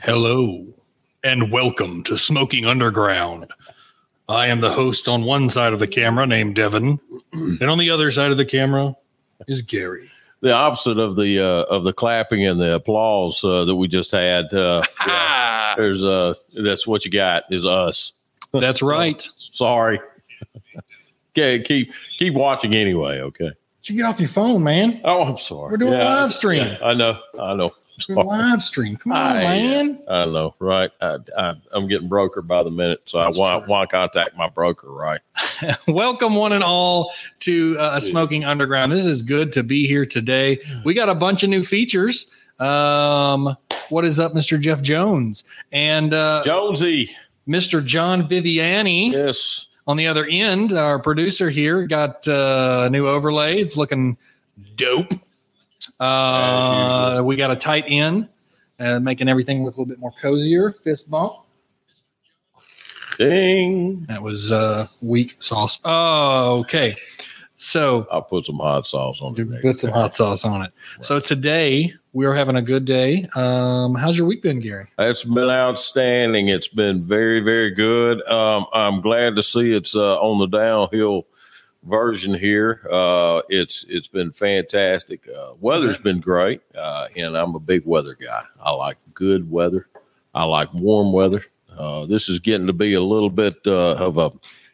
Hello and welcome to Smoking Underground. I am the host on one side of the camera named Devin, and on the other side of the camera is Gary. the opposite of the uh, of the clapping and the applause uh, that we just had. Uh, yeah, Ah, there's uh, that's what you got is us. that's right. Sorry. okay, keep keep watching anyway. Okay. Did you get off your phone, man? Oh, I'm sorry. We're doing Yeah, live stream. yeah, I know. I know. We're live stream. Come on, I, man. I know. Right. I, I, I'm getting broker by the minute, so That's I want true. want to contact my broker. Right. Welcome, one and all, to uh, Smoking Underground. This is good to be here today. We got a bunch of new features. Um, what is up, Mr. Jeff Jones? And uh, Jonesy. Mr. John Viviani. Yes. on the other end, our producer here got uh, a new overlay. It's looking dope. As Uh, we got a tight end, uh, making everything look a little bit more cozier. Fist bump. Ding. That was uh, weak sauce. Oh, okay. So I'll put some hot sauce on it. put some hot sauce on it. So today we are having a good day. Um, how's your week been, Gary? It's been outstanding. It's been very, very good. Um, I'm glad to see it's uh, on the downhill version here. Uh, it's it's been fantastic. Uh, weather's been great, uh, and I'm a big weather guy. I like good weather. I like warm weather. Uh, this is getting to be a little bit uh, of a,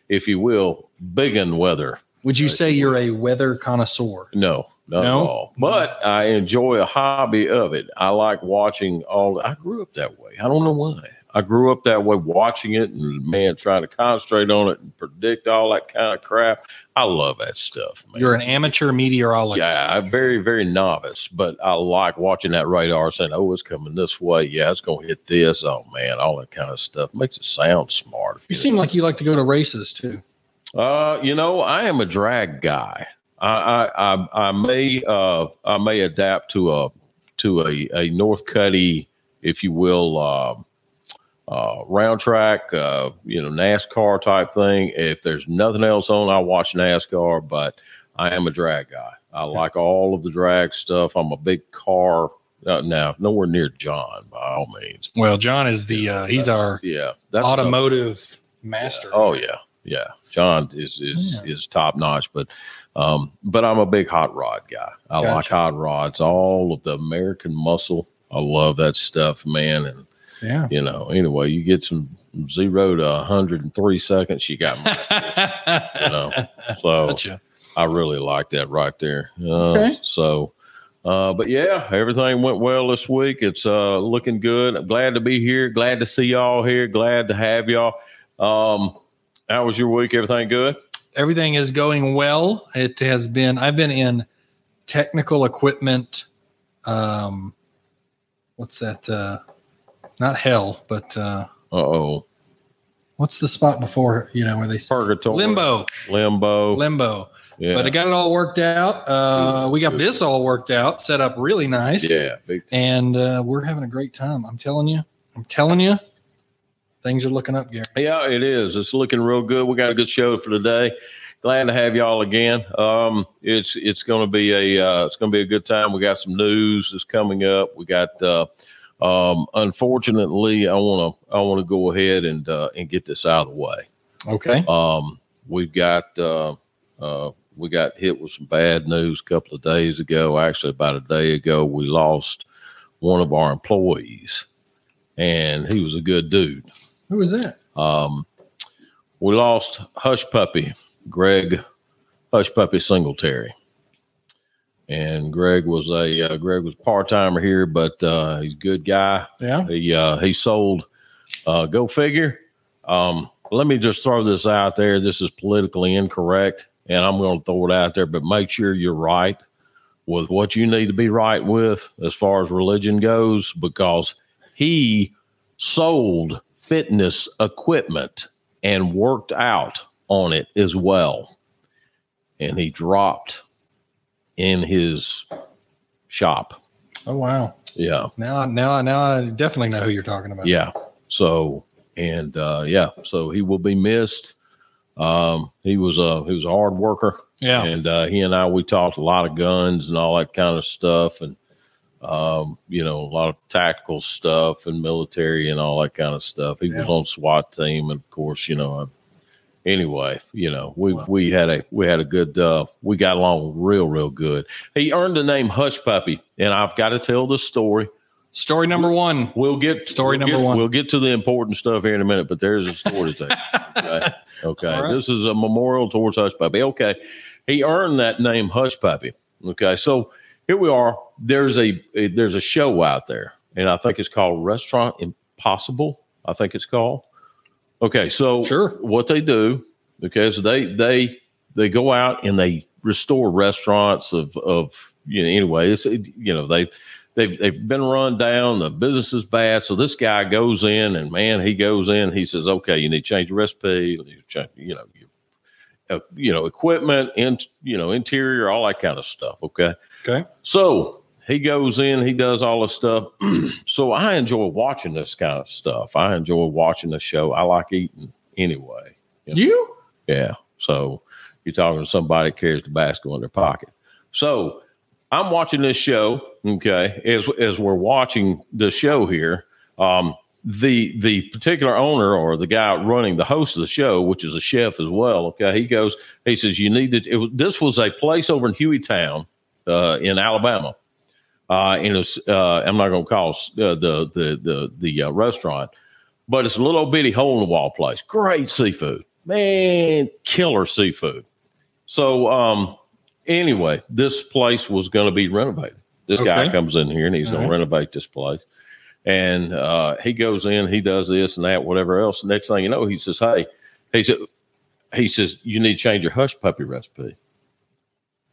if you will, biggin weather. Would you say you're a weather connoisseur? No, not No? at all. But I enjoy a hobby of it. I like watching all. I grew up that way. I don't know why. I grew up that way, watching it, and man, trying to concentrate on it and predict all that kind of crap. I love that stuff, man. You're an amateur meteorologist. yeah, I'm very, very novice, but I like watching that radar saying, "Oh, it's coming this way. Yeah, it's gonna hit this. Oh man, all that kind of stuff makes it sound smart." You seem like you like to go to races too. Uh, you know, I am a drag guy. I I I, I may uh I may adapt to a to a, a North Cuddy, if you will, um uh, round track, uh, you know, NASCAR type thing. If there's nothing else on, I watch NASCAR, but I am a drag guy. I like all of the drag stuff. I'm a big car. Uh, now, nowhere near John, by all means. Well, John is the uh, he's That's- our yeah, that's automotive master. Oh yeah, yeah. John is is is top notch, but um, but I'm a big hot rod guy. I Gotcha. like hot rods, all of the American muscle. I love that stuff, man. And yeah. you know, anyway, you get some zero to 103 seconds, you got, me, you know. So Gotcha. I really like that right there. Uh, Okay. So, uh, but yeah, everything went well this week. It's uh, looking good. I'm glad to be here. Glad to see y'all here. Glad to have y'all. Um, how was your week? Everything good? Everything is going well. It has been. I've been in technical equipment. Um, what's that? Uh, not hell, but uh, Uh oh. what's the spot before? You know where they say Purgatory. limbo, Limbo. limbo. Oh. yeah. But I got it all worked out. Uh, we got this all worked out, set up really nice. yeah. Big time. and uh, we're having a great time. I'm telling you, I'm telling you, things are looking up, Gary. Yeah, it is. It's looking real good. We got a good show for today. Glad to have y'all again. Um, it's it's going to be a uh, it's going to be a good time. We got some news that's coming up. We got uh, um, unfortunately, I want to I want to go ahead and uh, and get this out of the way. Okay. Um, we've got uh, uh, we got hit with some bad news a couple of days ago. Actually, about a day ago, we lost one of our employees, and he was a good dude. Who is that? Um, we lost Hush Puppy, Greg Hush Puppy Singletary, and Greg was a uh, Greg was part timer here, but uh, he's a good guy. Yeah. He uh, he sold. Uh, go figure. Um, let me just throw this out there. This is politically incorrect, and I'm going to throw it out there. But make sure you're right with what you need to be right with as far as religion goes, because he sold fitness equipment and worked out on it as well, and he dropped in his shop. Oh wow. Yeah. Now, now, now, I definitely know who you're talking about. Yeah. So and uh, yeah, so he will be missed. Um, he was a he was a hard worker, Yeah. and uh, he and I we talked a lot of guns and all that kind of stuff, and um, you know, a lot of tactical stuff and military and all that kind of stuff. He was on SWAT team, and of course, you know. I, anyway, you know, we Wow. we had a we had a good uh, we got along real real good. He earned the name Hush Puppy, and I've got to tell the story. Story number one. Um, We'll get Story we'll number get- one. We'll get to the important stuff here in a minute, but there's a story to tell. Okay, okay. All right. this is a memorial towards Hush Puppy. Okay, he earned that name Hush Puppy. Okay, so here we are. There's a, a there's a show out there, and I think it's called Restaurant Impossible. I think it's called. Okay, so Sure. what they do. Okay, so they they they go out and they restore restaurants of of you know anyway. It's it, you know they they've they've been run down. The business is bad. So this guy goes in and man, he goes in. He says, okay, you need to change the recipe. You, need to change, you know, you, uh, you know, equipment and you know interior, all that kind of stuff. Okay. Okay. So he goes in, he does all this stuff. so I enjoy watching this kind of stuff. I enjoy watching the show. I like eating anyway. Yeah. You? Yeah. So you're talking to somebody that carries Tabasco in their pocket. So I'm watching this show. Okay. As as we're watching the show here, um, the the particular owner or the guy running the host of the show, which is a chef as well. Okay, he goes. He says you need to. It, was- this was a place over in Hueytown, uh, in Alabama. Uh, and it's uh, I'm not going to call uh, the the the the uh, restaurant, but it's a little bitty hole in the wall place. Great seafood, man, killer seafood. So um, anyway, this place was going to be renovated. This guy Okay. comes in here and he's All going right. to renovate this place, and uh, he goes in, he does this and that, whatever else. Next thing you know, he says, "Hey," he said, "He says you need to change your hush puppy recipe."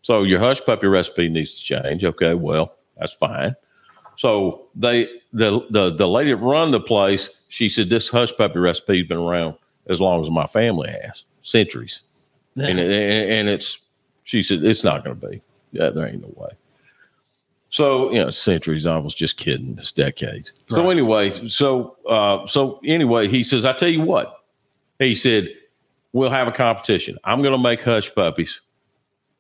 So your hush puppy recipe needs to change. Okay, well that's fine. So they the the the lady that run the place, she said this hush puppy recipe's been around as long as my family has, centuries, and it, and and it's she said it's not going to be. Yeah, there ain't no way. So you know, centuries. I was just kidding. It's decades. So Right. anyway, so uh, so anyway, he says, I tell you what, he said, we'll have a competition. I'm going to make hush puppies,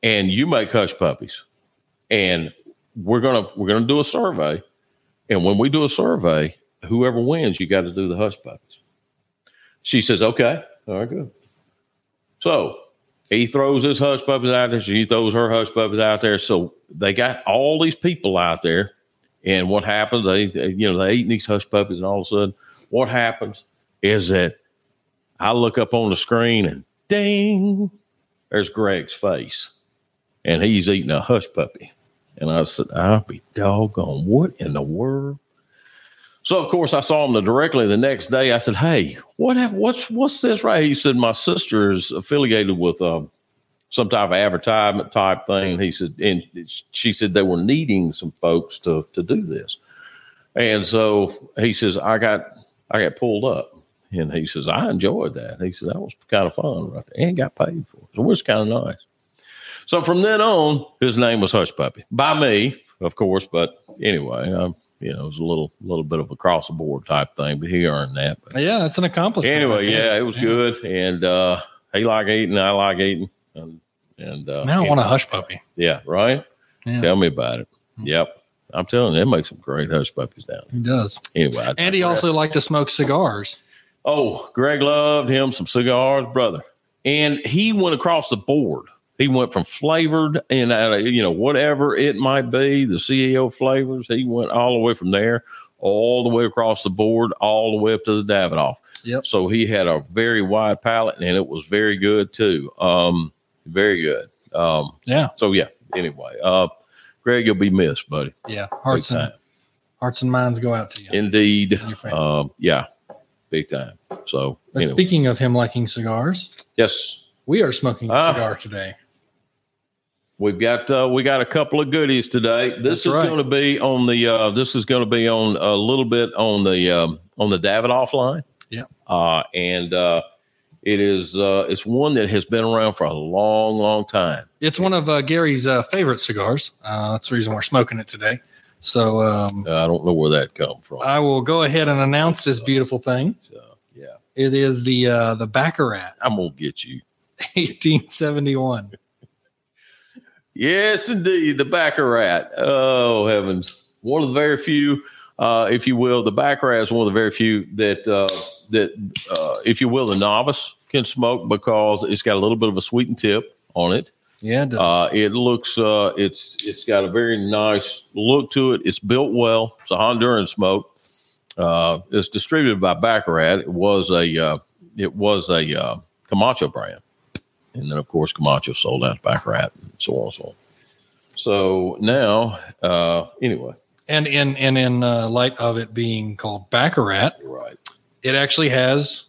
and you make hush puppies, and we're gonna we're gonna do a survey, and when we do a survey, whoever wins, you got to do the hush puppies. She says, okay, all right, good. So he throws his hush puppies out there. She throws her hush puppies out there. So they got all these people out there. And what happens? They, they- you know, they eating these hush puppies, and all of a sudden, what happens is that I look up on the screen and ding, there's Greg's face, and he's eating a hush puppy. And I said, I'll be doggone. What in the world? So of course I saw him the, directly the next day. I said, "Hey, what hap- what's what's this right?" He said, "My sister is affiliated with um, some type of advertisement type thing." And he said, and she said they were needing some folks to to do this. And so he says, "I got I got pulled up," and he says, "I enjoyed that." He said, "That was kind of fun, right?" There. And got paid for it, so it was kind of nice. So from then on, his name was Hush Puppy by me, of course. But anyway, um, you know, it was a little little bit of a cross the board type thing, but he earned that. But Yeah, that's an accomplishment. right anyway, there. yeah, it was good, and uh, he like eating, I like eating, and and uh, Now I yeah, want a hush puppy. yeah, right. Yeah. Hmm. Tell me about it. Yep, I'm telling you, they make some great hush puppies down. He does. there. Anyway, I And he digress. also liked to smoke cigars. Oh, Greg loved him some cigars, brother. And he went across the board. He went from flavored and uh, you know whatever it might be, the CEO flavors. He went all the way from there, all the way across the board, all the way up to the Davidoff. Yep. So he had a very wide palate, and it was very good too. Um, very good. Um, Yeah. so yeah. Anyway, uh, Greg, you'll be missed, buddy. Yeah. Big Hearts and time. hearts and minds go out to you. Indeed. and your family. Um, yeah, big time. So But anyway, speaking of him liking cigars, yes. we are smoking a Ah. cigar today. We've got uh, we got a couple of goodies today. This That's is right. going to be on the uh, this is going to be on a little bit on the um, on the Davidoff line. Yeah. uh, and uh, it is uh, it's one that has been around for a long, long time. It's one of uh, Gary's uh, favorite cigars. Uh, that's the reason we're smoking it today. So um, Uh, I don't know where that come from. I will go ahead and announce this beautiful thing. so yeah, It is the uh, the Baccarat I'm gonna get you. 1871. Yes, indeed, the Baccarat. Oh heavens, one of the very few, uh, if you will, the back rat is one of the very few that uh, that, uh, if you will, the novice can smoke because it's got a little bit of a sweetened tip on it. Yeah, it does. Uh, it looks uh, it's it's got a very nice look to it. It's built well. It's a Honduran smoke. Uh, it's distributed by Baccarat. It was a uh, it was a uh, Camacho brand, and then of course Camacho sold out to Baccarat and so on and so on. So now, uh, anyway, and in and in uh, light of it being called Baccarat, you're right. it actually has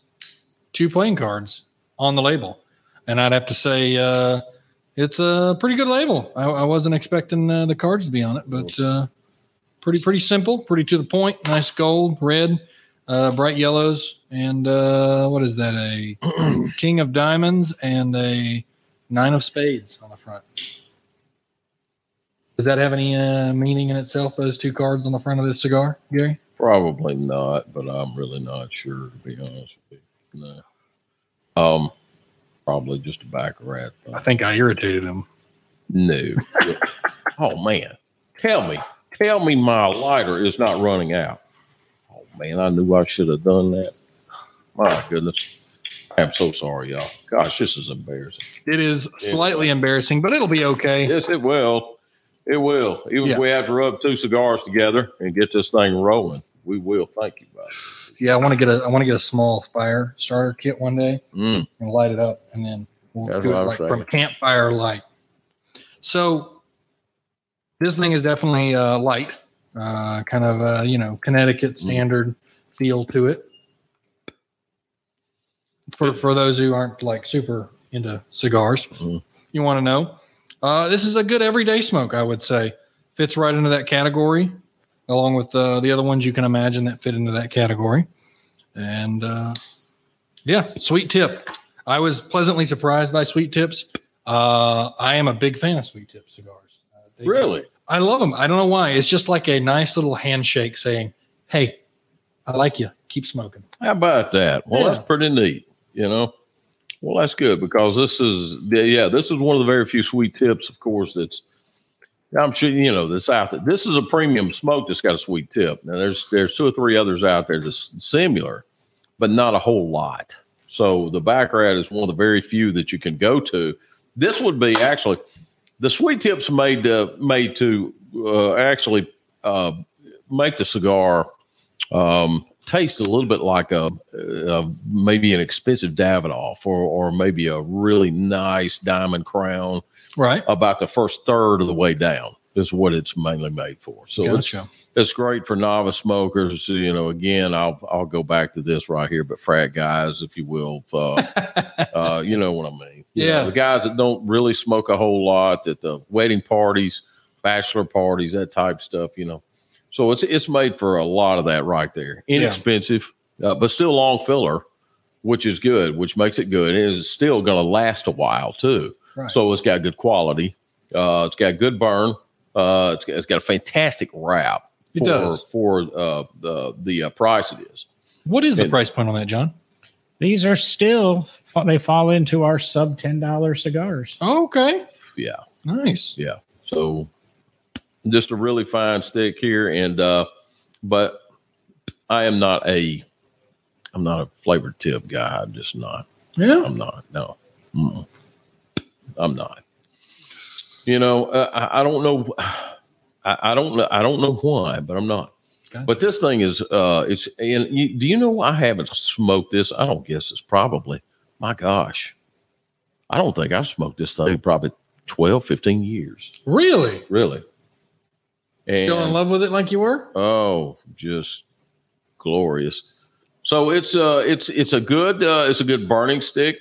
two playing cards on the label, and I'd have to say uh, it's a pretty good label. I, I wasn't expecting uh, the cards to be on it, but uh, pretty pretty simple, pretty to the point. Nice gold, red, uh, bright yellows, and uh, what is that? A king of diamonds and a nine of spades on the front. Does that have any uh, meaning in itself? Those two cards on the front of this cigar, Gary? Probably not, but I'm really not sure to be honest with you. No, um, probably just a Baccarat. Thing. I think I irritated him. No. oh man, tell me, tell me, my lighter is not running out. Oh man, I knew I should have done that. My goodness, I'm so sorry, y'all. Gosh, this is embarrassing. It is slightly embarrassing, but it'll be okay. Yes, it will. It will. Even Yeah. if we have to rub two cigars together and get this thing rolling, we will. Thank you, buddy. Yeah, I want to get a I want to get a small fire starter kit one day Mm. and light it up, and then we'll That's do it what I was like saying. from campfire light. So this thing is definitely uh, light, uh, kind of uh, you know Mm. Connecticut standard feel to it. For for those who aren't like super into cigars, Mhm. you want to know. Uh, this is a good everyday smoke, I would say. Fits right into that category, along with uh, the other ones you can imagine that fit into that category. And uh, yeah, sweet tip. I was pleasantly surprised by sweet tips. Uh, I am a big fan of sweet tip cigars. Uh, they just- Really? I love them. I don't know why. It's just like a nice little handshake saying, "Hey, I like you. Keep smoking." How about that? Well, Yeah. that's pretty neat. You know. Well, that's good because this is yeah, this is one of the very few sweet tips, of course. That's I'm sure you know that's out there. This is a premium smoke that's got a sweet tip. Now there's there's two or three others out there that's similar, but not a whole lot. So the Baccarat is one of the very few that you can go to. This would be actually the sweet tips made to made to uh, actually uh, make the cigar um, taste a little bit like a, a maybe an expensive Davidoff or or maybe a really nice diamond crown. Right? About the first third of the way down is what it's mainly made for. So it's Gotcha. it's great for novice smokers. You know, again, I'll I'll go back to this right here, but frat guys, if you will, uh, uh, you know what I mean. You Yeah. know, the guys that don't really smoke a whole lot at the wedding parties, bachelor parties, that type stuff. You know, so it's it's made for a lot of that right there. Inexpensive, uh, but still long filler, which is good, which makes it good. It is still going to last a while too. Right. So it's got good quality. Uh, it's got good burn. Uh, it's got, it's got a fantastic wrap. It for, does. for uh, the the uh, price it is. what is the and- price point on that, John? These are still they fall into our sub ten dollar Oh, cigars. Okay. Yeah. Nice. Yeah. So just a really fine stick here. And, uh, but I am not a, I'm not a flavored tip guy. I'm just not, Yeah. I'm not, no, Mm-mm. I'm not, you know, uh, I, I don't know. I, I don't know. I don't know why, but I'm not. Gotcha. But this thing is, uh, it's, and you, do you know, I haven't smoked this. I don't guess it's probably, my gosh, I don't think I've smoked this thing probably 12, 15 years. Really? Really. And, Still in love with it like you were? Oh, just glorious. So it's uh it's it's a good uh it's a good burning stick.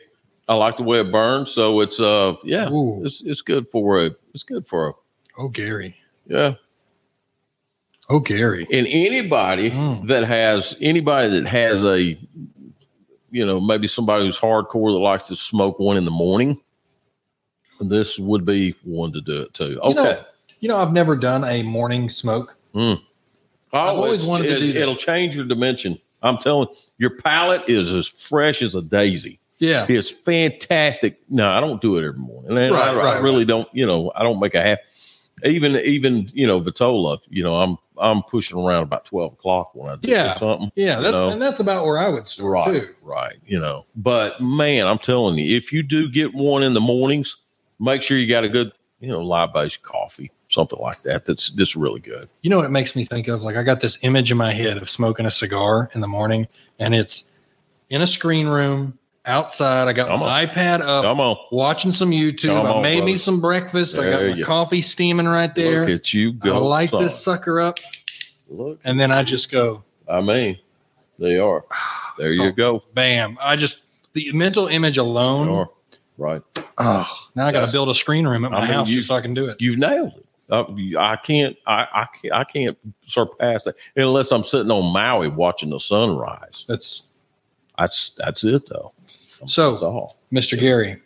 I like the way it burns. So it's uh yeah, Ooh. it's it's good for a it's good for a Oh, Gary. yeah. Oh, Gary. And anybody Mm. that has anybody that has a you know, maybe somebody who's hardcore that likes to smoke one in the morning, this would be one to do it too. Okay. You know, You know, I've never done a morning smoke. I've always wanted to do that. It'll change your dimension. I'm telling your palate is as fresh as a daisy. Yeah. It's fantastic. No, I don't do it every morning. And I- Right, I, I right, really don't, you know, I don't make a half. even even you know Vitola, you know, I'm I'm pushing around about twelve o'clock when I do Yeah. something. Yeah, you that's know? and that's about where I would start right, too. right. You know, but man, I'm telling you, if you do get one in the mornings, make sure you got a good you know live based coffee, something like that. That's that's really good. You know what it makes me think of? Like I got this image in my head of smoking a cigar in the morning, and it's in a screen room outside. I got Come my iPad up, Come on, watching some YouTube. Come I on, made me brother. some breakfast. I got There my you- coffee steaming right there. look at you I go. light son. this sucker up, Look, and then I just go, I mean, they are. There you Oh, go. bam! I just the mental image They alone. are. Right. Oh, now I got to That's- build a screen room at my I mean, house you- just so I can do it. You've nailed it. Uh, you- I can't. I, I can't. I can't surpass that unless I'm sitting on Maui watching the sunrise. That's That's that's it though. So- that's all. Mr. Gary.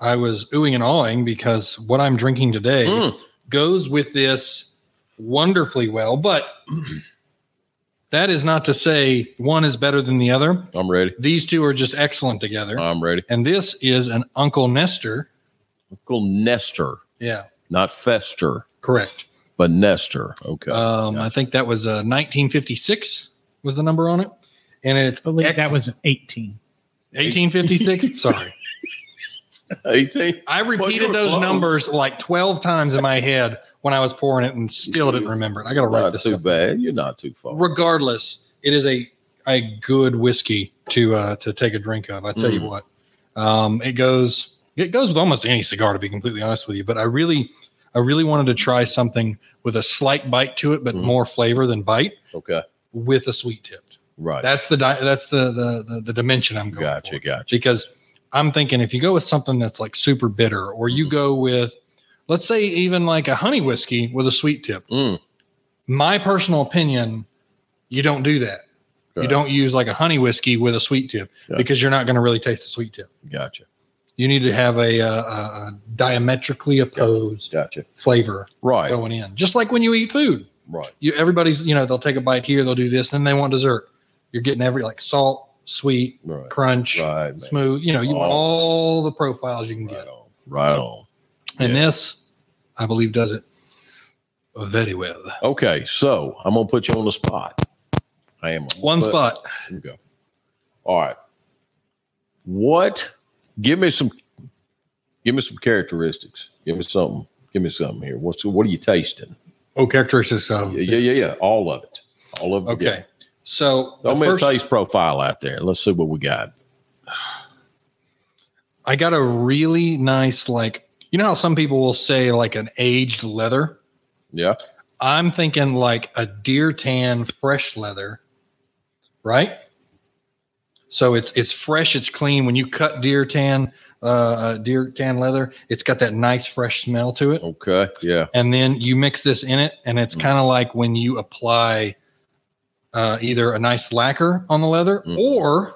I was oohing and awing because what I'm drinking today. Mm. goes with this wonderfully well, but that is not to say one is better than the other. I'm ready. These two are just excellent together. I'm ready. and this is an Uncle Nestor. Uncle Nestor, Yeah, not Fester, correct. but Nestor. Okay. Um, I think that was uh, 1956 was the number on it. And it's I believe that ex- was 18. 1856. Sorry. 18. I you repeated were those close. numbers like 12 times in my head when I was pouring it and still didn't remember it. I got to write Not this too stuff bad. You're not too far. regardless, it is a a good whiskey to uh, to take a drink of. I tell you Mm. what, um, it goes it goes with almost any cigar to be completely honest with you. But I really I really wanted to try something with a slight bite to it, but Mm. more flavor than bite Okay. with a sweet tip. Right. That's the di- that's the the the, the dimension I'm going gotcha. for. Gotcha. because I'm thinking if you go with something that's like super bitter, or you Mhm. go with let's say even like a honey whiskey with a sweet tip Mm, my personal opinion, you don't do that. You Okay. don't use like a honey whiskey with a sweet tip Yeah. because you're not going to really taste the sweet tip. gotcha. You need to have a, uh, a, a diametrically opposed Gotcha. flavor Right. going in. Just like when you eat food, Right. you everybody's you know they'll take a bite here, they'll do this, then they want dessert. You're getting every like salt, sweet, Right. crunch, Right. man. smooth. You know you want All- all the profiles you can Right get, on. Right on. and yeah. this, I believe, does it very well. Okay. So I'm gonna put you on the spot. I am on One the- spot. Here we go. All right. What? Give me some. Give me some characteristics. Give me something. Give me something here. What's what are you tasting? Oh, characteristics of Yeah, yeah, yeah, yeah. All of it. All of it. Okay. Yeah. So the Throw me a first- taste profile out there. Let's see what we got. I got a really nice, like, you know how some people will say like an aged leather? Yeah. I'm thinking like a deer tan fresh leather, right? So it's it's fresh, it's clean. When you cut deer tan, uh, uh, deer tan leather, it's got that nice fresh smell to it. Okay. Yeah. And then you mix this in it, and it's Mm. kind of like when you apply uh, either a nice lacquer on the leather, Mm. or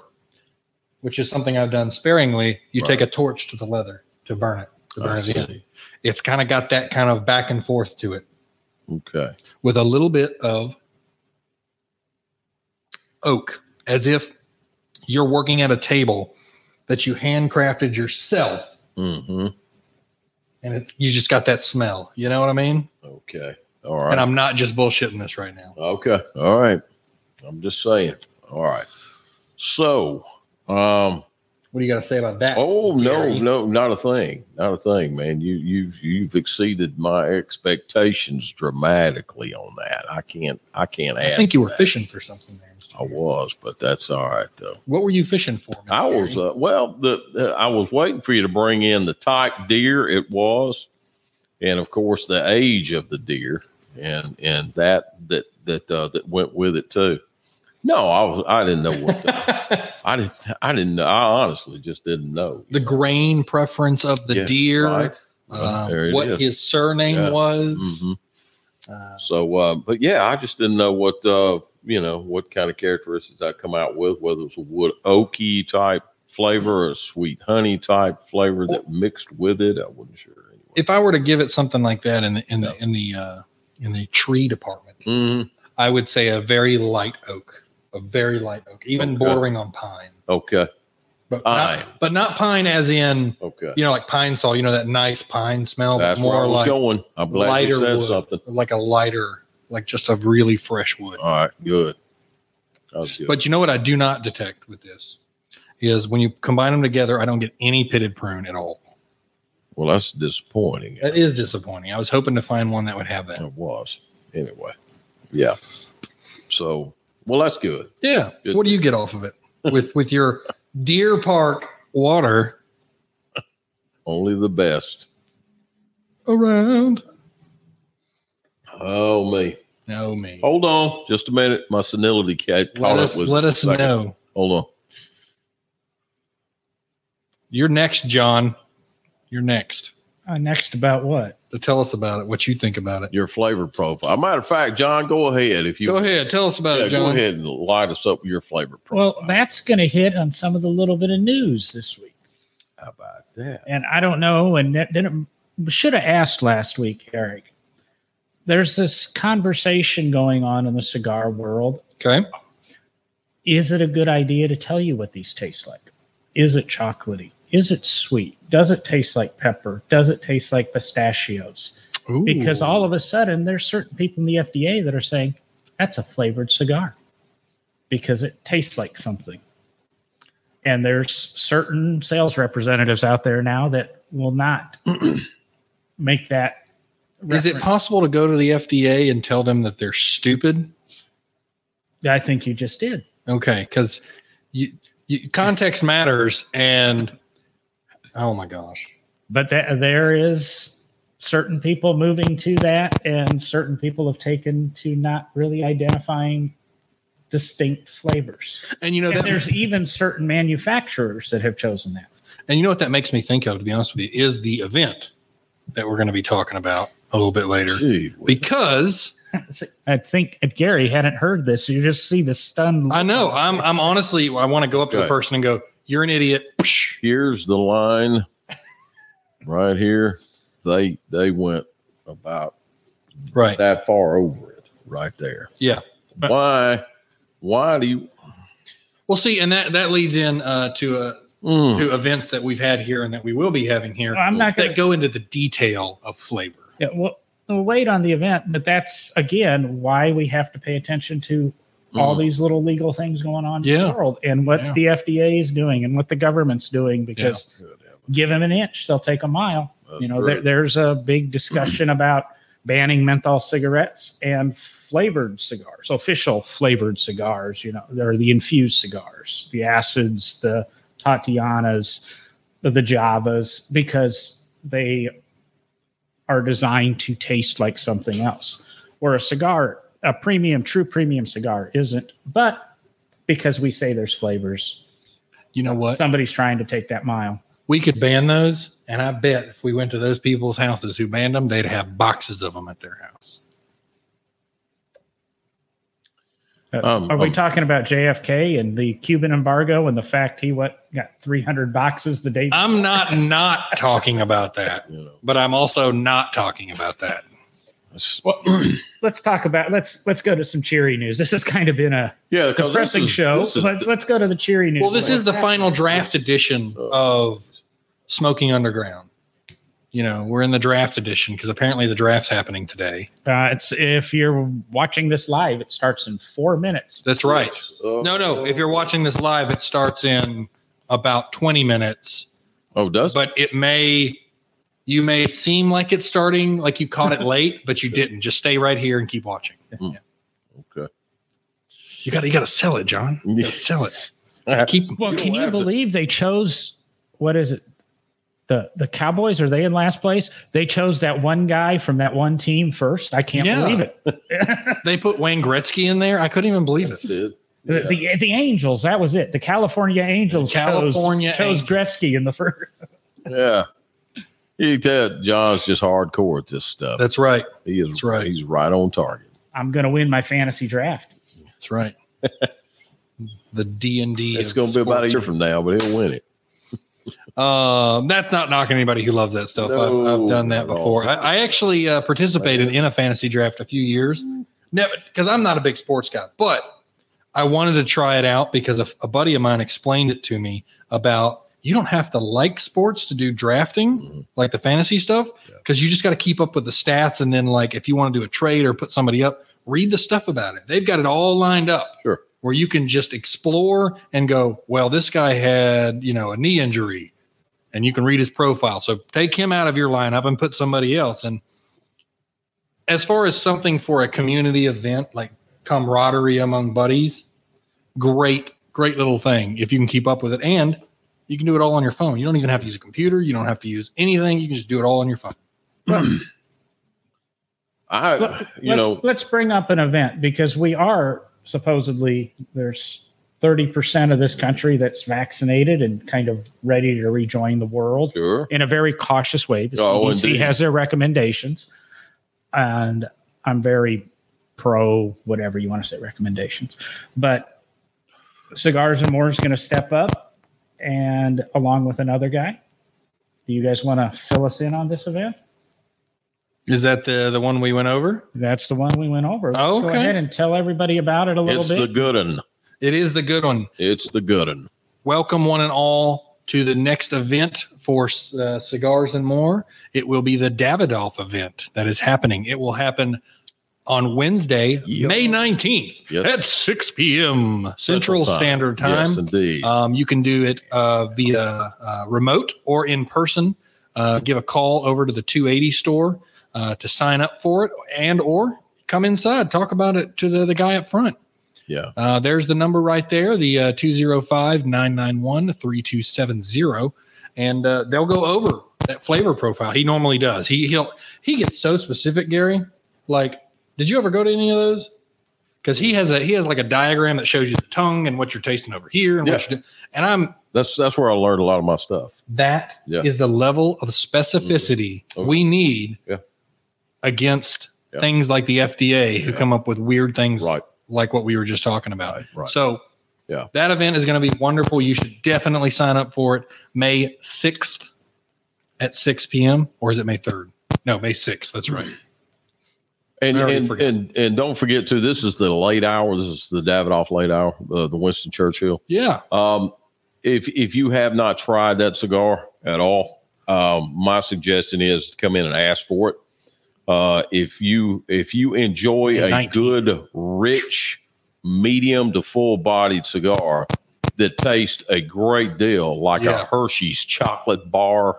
which is something I've done sparingly, you Right. take a torch to the leather to burn it. To burn I it in. see. It's kind of got that kind of back and forth to it, Okay. with a little bit of oak, as if you're working at a table that you handcrafted yourself, Mm-hmm. and it's you just got that smell. You know what I mean? Okay. All right. And I'm not just bullshitting this right now. Okay. All right. I'm just saying. All right. So, um, What do you got to say about that? Oh Gary? no, no, not a thing, not a thing, man. You you've you've exceeded my expectations dramatically on that. I can't I can't I add. think you were fishing for something there. Mr. I Gary. was, but that's all right though. What were you fishing for? Mr. I was Gary? uh, well. The uh, I was waiting for you to bring in the type deer it was, and of course the age of the deer, and and that that that uh, that went with it too. No, I was I didn't know what the, I didn't I didn't know. I honestly just didn't know. the grain preference of the Yeah, deer, Right? uh, There it what is. his surname Yeah. was. Mhm. Uh, So, uh, but yeah, I just didn't know what uh, you know what kind of characteristics I come out with, whether it's a wood oaky type flavor or a sweet honey type flavor that mixed with it. I wasn't sure. Anyway. if I were to give it something like that in the in the Yeah. in the uh, in the tree department, Mhm. I would say a very light oak, a very light oak, even Okay. bordering on pine. Okay, But Pine. not, but not pine as in Okay. you know like pine saw. You know that nice pine smell, That's but where I more was like going. I'm glad lighter you said wood, something. like a lighter, like just a really fresh wood. All right, good. That was good. But you know what I do not detect with this is when you combine them together, I don't get any pitted prune at all. well, that's disappointing. That is disappointing. I was hoping to find one that would have that. It was anyway. Yeah. So, well, that's good. Yeah. Good. What do you get off of it with with your Deer Park water Only the best. around? Oh me. No, me. Hold on, just a minute. My senility ca- caught let up us with. let us seconds. know. Hold on. You're next, John. You're next Uh, next, about what? to tell us about it. What you think about it? Your flavor profile. Matter of fact, John, go ahead. If you Go ahead. Tell us about Yeah, it, go John. ahead and light us up with your flavor profile. Well, that's going to hit on some of the little bit of news this week. how about that? and I don't know, and that didn't should have asked last week, Eric. There's this conversation going on in the cigar world. Okay. Is it a good idea to tell you what these taste like? Is it chocolatey? Is it sweet? Does it taste like pepper? Does it taste like pistachios? Because all of a sudden, there's certain people in the FDA that are saying that's a flavored cigar because it tastes like something. And there's certain sales representatives out there now that will not make that. is it reference. possible to go to the FDA and tell them that they're stupid? I think you just did. Okay, because you, you context matters, and oh my gosh, But that, there is certain people moving to that, and certain people have taken to not really identifying distinct flavors. and you know and that, there's even certain manufacturers that have chosen that. and you know what that makes me think of, to be honest with you, is the event that we're going to be talking about a little bit later, Gee, whiz. because I think if Gary hadn't heard this, you just see the stun. I know I'm I'm honestly I want to go up to the Right. person and go, you're an idiot. Psh. here's the line right here. They they went about Right? that far over it right there. Yeah. But- why? Why do you? Well, see, and that that leads in uh, to uh, Mm, to events that we've had here and that we will be having here I'm not going that to go into the detail of flavor. Yeah, well, we'll wait on the event, but that's again why we have to pay attention to all Mm. these little legal things going on in Yeah. the world and what Yeah. the FDA is doing and what the government's doing because Good heavens. give them an inch, they'll take a mile. That's you know, true. there, there's a big discussion about banning menthol cigarettes and flavored cigars, official flavored cigars, you know, there are the infused cigars, the acids, the Tatianas, the Javas, because they are designed to taste like something else. Where a cigar, a premium, true premium cigar isn't, but because we say there's flavors, You know what? somebody's trying to take that mile. we could ban those and i bet if we went to those people's houses who banned them they'd have boxes of them at their house Uh, Um, are we um, talking about JFK and the Cuban embargo and the fact he what got 300 boxes the day? i'm not not talking about that You know, but i'm also not talking about that that's- let's talk about let's let's go to some cheery news. This has kind of been a yeah, 'cause this depressing is- show. this is- let's let's go to the cheery news. well this is the final draft edition of smoking underground you know we're in the draft edition because apparently the draft's happening today Uh, it's if you're watching this live, it starts in four minutes. that's right Uh, no no if you're watching this live it starts in about 20 minutes oh, does but it may you may seem like it's starting like you caught it late but you didn't just stay right here and keep watching Mm. Okay. you gotta you gotta sell it john you gotta sell it keep Well, can don't you have to- believe they chose what is it? The the Cowboys are they in last place? They chose that one guy from that one team first. I can't Yeah. believe it. they put wayne gretzky in there i couldn't even believe it That's it. The, Yeah. the the Angels, that was it. The California Angels California chose, chose Angels. Gretzky in the first. Yeah. You can tell John's just hardcore at this stuff. that's right he is that's right. He's right on target. I'm going to win my fantasy draft. that's right the d&d It's of going to be about a year sports. from now, but he'll win it. um that's not knocking anybody who loves that stuff I've, I've No, done that not at all. before i, I actually uh, participated in a fantasy draft a few years never because i'm not a big sports guy but I wanted to try it out because a, a buddy of mine explained it to me about you don't have to like sports to do drafting, Mhm. like the fantasy stuff, because you just got to keep up with the stats. And then, like, if you want to do a trade or put somebody up, read the stuff about it. They've got it all lined up Sure. where you can just explore and go, well, this guy had, you know, a knee injury and you can read his profile. So take him out of your lineup and put somebody else. And as far as something for a community event, like camaraderie among buddies, great, great little thing if you can keep up with it. And you can do it all on your phone. You don't even have to use a computer. You don't have to use anything. You can just do it all on your phone. I, Let- you let's, know, let's bring up an event because we are supposedly there's 30% of this country that's vaccinated and kind of ready to rejoin the world sure. in a very cautious way. The Oh, CDC indeed. has their recommendations, and I'm very pro whatever you want to say recommendations. But Cigars and More is going to step up, and along with another guy. Do you guys want to fill us in on this event? Is that the, the one we went over? That's the one we went over. Let's Go Okay. ahead and tell everybody about it a little It's the bit. good one. It is the good one. It's the good one. welcome one and all to the next event for uh, cigars and more it will be the davidoff event that is happening it will happen on wednesday Yep. may 19th Yes. at 6 p.m central standard time Yes, indeed. um, you can do it uh, via uh, remote or in person. Uh, give a call over to the 280 store uh, to sign up for it, and or come inside talk about it to the, the guy up front. Yeah. Uh, there's the number right there, the uh, 205 991 3270. And uh, they'll go over that flavor profile. He normally does. He he'll he gets so specific, Gary. Like, did you ever go to any of those? Because he has a he has like a diagram that shows you the tongue and what you're tasting over here and Yeah. what you do. And I'm that's that's where I learned a lot of my stuff. that is Yeah. the level of specificity Okay. we need Yeah. against Yeah. things like the FDA who Yeah. come up with weird things Right. like what we were just talking about. Right. Right. So Yeah. that event is going to be wonderful. You should definitely sign up for it May 6th at 6 p.m. Or is it May 3rd? No, May 6th. That's right. And I already and, forgot. and and don't forget too. This is the late hour. This is the Davidoff late hour. Uh, the Winston Churchill. Yeah. Um, if if you have not tried that cigar at all, um, my suggestion is to come in and ask for it. Uh, if you if you enjoy And a 19th. good, rich, medium to full bodied cigar that tastes a great deal like Yeah. a Hershey's chocolate bar,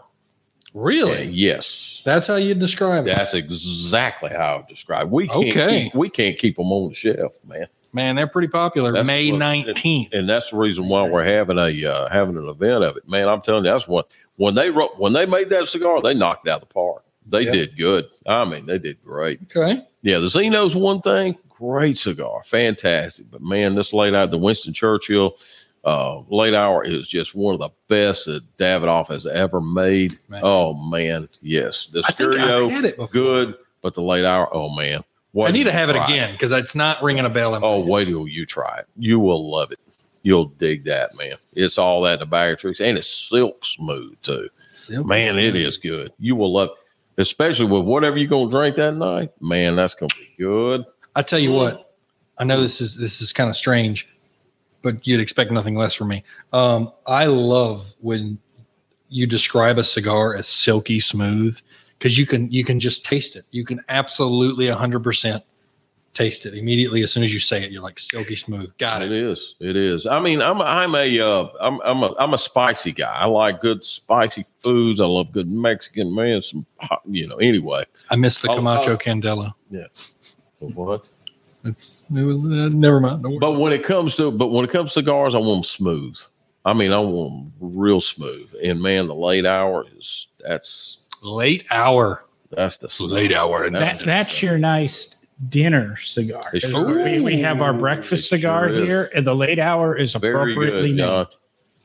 Really? yes, That's how you describe it. that's exactly how I would describe. We can't Okay. keep, we can't keep them on the shelf, man, Man, they're pretty popular. That's May what- 19th. and that's the reason why we're having a uh, having an event of it, man. I'm telling you, that's one when they wrote when they made that cigar, they knocked it out of the park. They Yeah. did good. I mean, they did great. okay. Yeah, the Zeno's one thing, great cigar, fantastic. But man, this late hour, the Winston Churchill uh, late hour is just one of the best that Davidoff has ever made. Man. Oh man, yes, the I think I've stereo had it before. good, but the late hour, oh man, I need to have it Try again because it's not ringing a bell in my Oh, head. wait till you try it. You will love it. You'll dig that, man. It's all that in the bag of tricks, and it's silk smooth too. Silver Man, it spoon. is good. You will love, it. especially with whatever you're gonna drink that night. Man, that's gonna be good. I tell you what, I know this is this is kind of strange, but you'd expect nothing less from me. Um, I love when you describe a cigar as silky smooth because you can you can just taste it. You can absolutely hundred percent taste it immediately as soon as you say it. You're like silky smooth. Got It it. is. It is. I mean, I'm I'm a uh, I'm I'm a I'm a spicy guy. I like good spicy foods. I love good Mexican man. Some hot, you know. Anyway, I miss the Oh, Camacho oh. Candela. what? It's it was uh, never mind. Don't worry. But when it comes to but when it comes to cigars, I want them smooth. I mean, I want them real smooth. And man, the late hour is that's late hour. that's the Late hour. That, that's your nice dinner cigar. It sure we, is. we have our It breakfast sure cigar is. here, and the late hour is very appropriately good. named. Uh,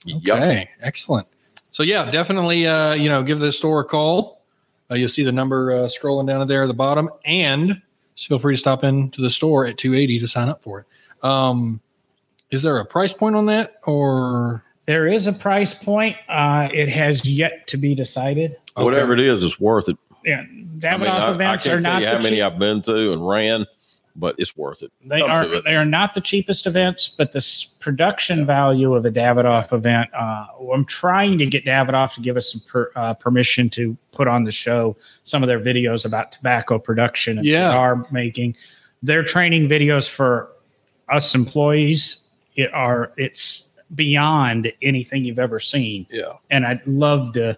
yup. Okay, excellent. So yeah, definitely, uh, you know, give the store a call. Uh, you'll see the number uh, scrolling down there at the bottom, and just feel free to stop into the store at 280 to sign up for it. Um, is there a price point on that, or There is a price point. Uh, it has yet to be decided. Whatever it is, it's worth it. Yeah, Davidoff I, mean, I, I events can't are tell not you how the many cheap- I've been to and ran. but it's worth it. They Up to are it. they are not the cheapest events, but this production value of a Davidoff event. Uh, I'm trying to get Davidoff to give us some per, uh, permission to put on the show some of their videos about tobacco production and Yeah. cigar making. Their training videos for us employees it are it's beyond anything you've ever seen, Yeah. and I'd love to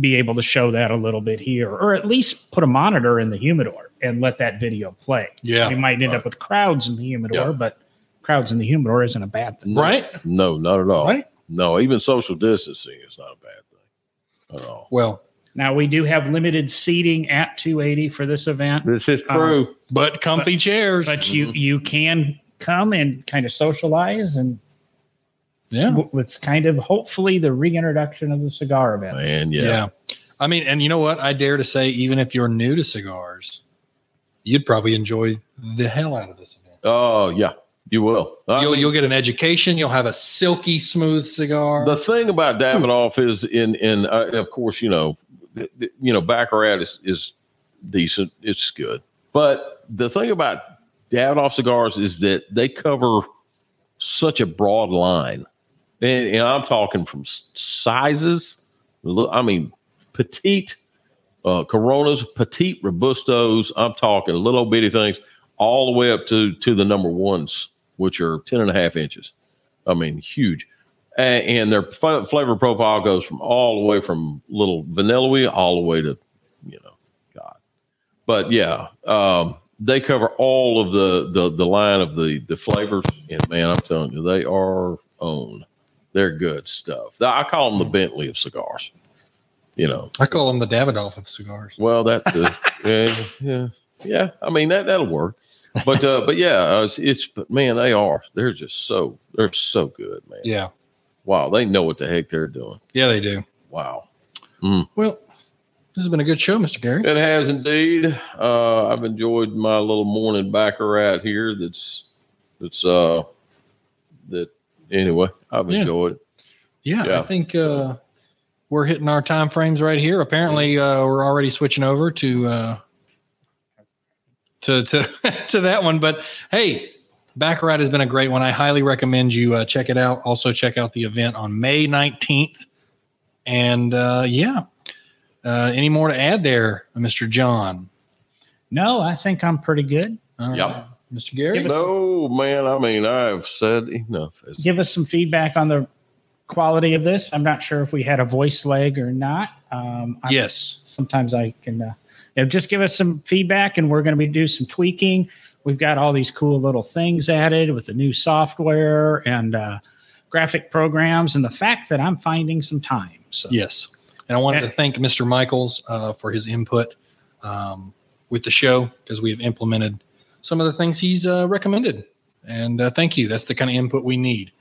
be able to show that a little bit here, or at least put a monitor in the humidor and let that video play. Yeah, We might end right. up with crowds in the humidor, Yeah. but crowds in the humidor isn't a bad thing. No, Right? No, not at all. Right? No, even social distancing is not a bad thing at all. Well, Now we do have limited seating at 280 for this event, This is true. but comfy chairs. but you you can come and kind of socialize, and yeah. w- it's kind of hopefully the reintroduction of the cigar event. Man, Oh, yeah, yeah. I mean, and you know what? I dare to say, even if you're new to cigars, you'd probably enjoy the hell out of this event. Oh, yeah. You will. I You'll mean, you'll get an education. You'll have a silky smooth cigar. the thing about Davidoff is in in uh, of course you know th- th- you know Baccarat is is decent it's good but the thing about Davidoff cigars is that they cover such a broad line and, and I'm talking from s- sizes li- I mean petite uh, Coronas petite robustos I'm talking little bitty things all the way up to to the number ones which are 10 and a half inches I mean huge and, and their f- flavor profile goes from all the way from little vanilla all the way to you know god but yeah um they cover all of the the the line of the the flavors and man i'm telling you they are own they're good stuff i call them the bentley of cigars you know I call them the Davidoff of cigars. well, that too. yeah, yeah, yeah. I mean that that'll work. But uh, but yeah, uh, it's, it's but man, they are. They're just so they're so good, man. Yeah, Wow, they know what the heck they're doing. yeah, they do. Wow, Well, this has been a good show, Mister Gary. it has indeed. Uh, I've enjoyed my little morning baccarat here. That's that's uh that anyway. I've Yeah. enjoyed it. Yeah, Yeah. I think uh, we're hitting our time frames right here. Apparently, uh, we're already switching over to uh, to to to that one. But hey, Baccarat has been a great one. I highly recommend you uh, check it out. Also, check out the event on May nineteenth. And uh, yeah, uh, any more to add there, Mister John? No, I think I'm pretty good. All right. Yep. Mister Gary. Give us- No man, I mean I've said enough. It's- Give us some feedback on the quality of this. I'm not sure if we had a voice leg or not. Um, I'm yes. sometimes I can uh, you know, just give us some feedback and we're going to be do some tweaking. We've got all these cool little things added with the new software and uh, graphic programs and the fact that I'm finding some time. So Yes. And I wanted to thank Mr. Michaels uh, for his input um, with the show because we have implemented some of the things he's uh, recommended. And uh, thank you. That's the kind of input we need.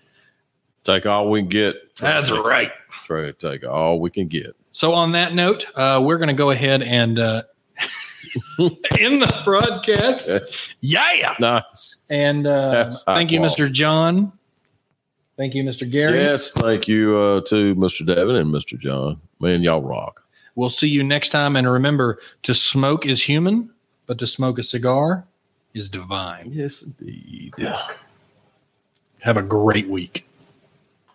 Take all we can get. right. Try to take all we can get. So, on that note, uh, we're going to go ahead and uh, end the broadcast. Yeah. Nice. And uh, That's hot thank you, wall. Mr. John. Thank you, Mr. Gary. Yes, thank you uh, to Mr. Devin and Mr. John. Man, y'all rock. We'll see you next time. And remember to smoke is human, but to smoke a cigar is divine. Yes, indeed. Have a great week.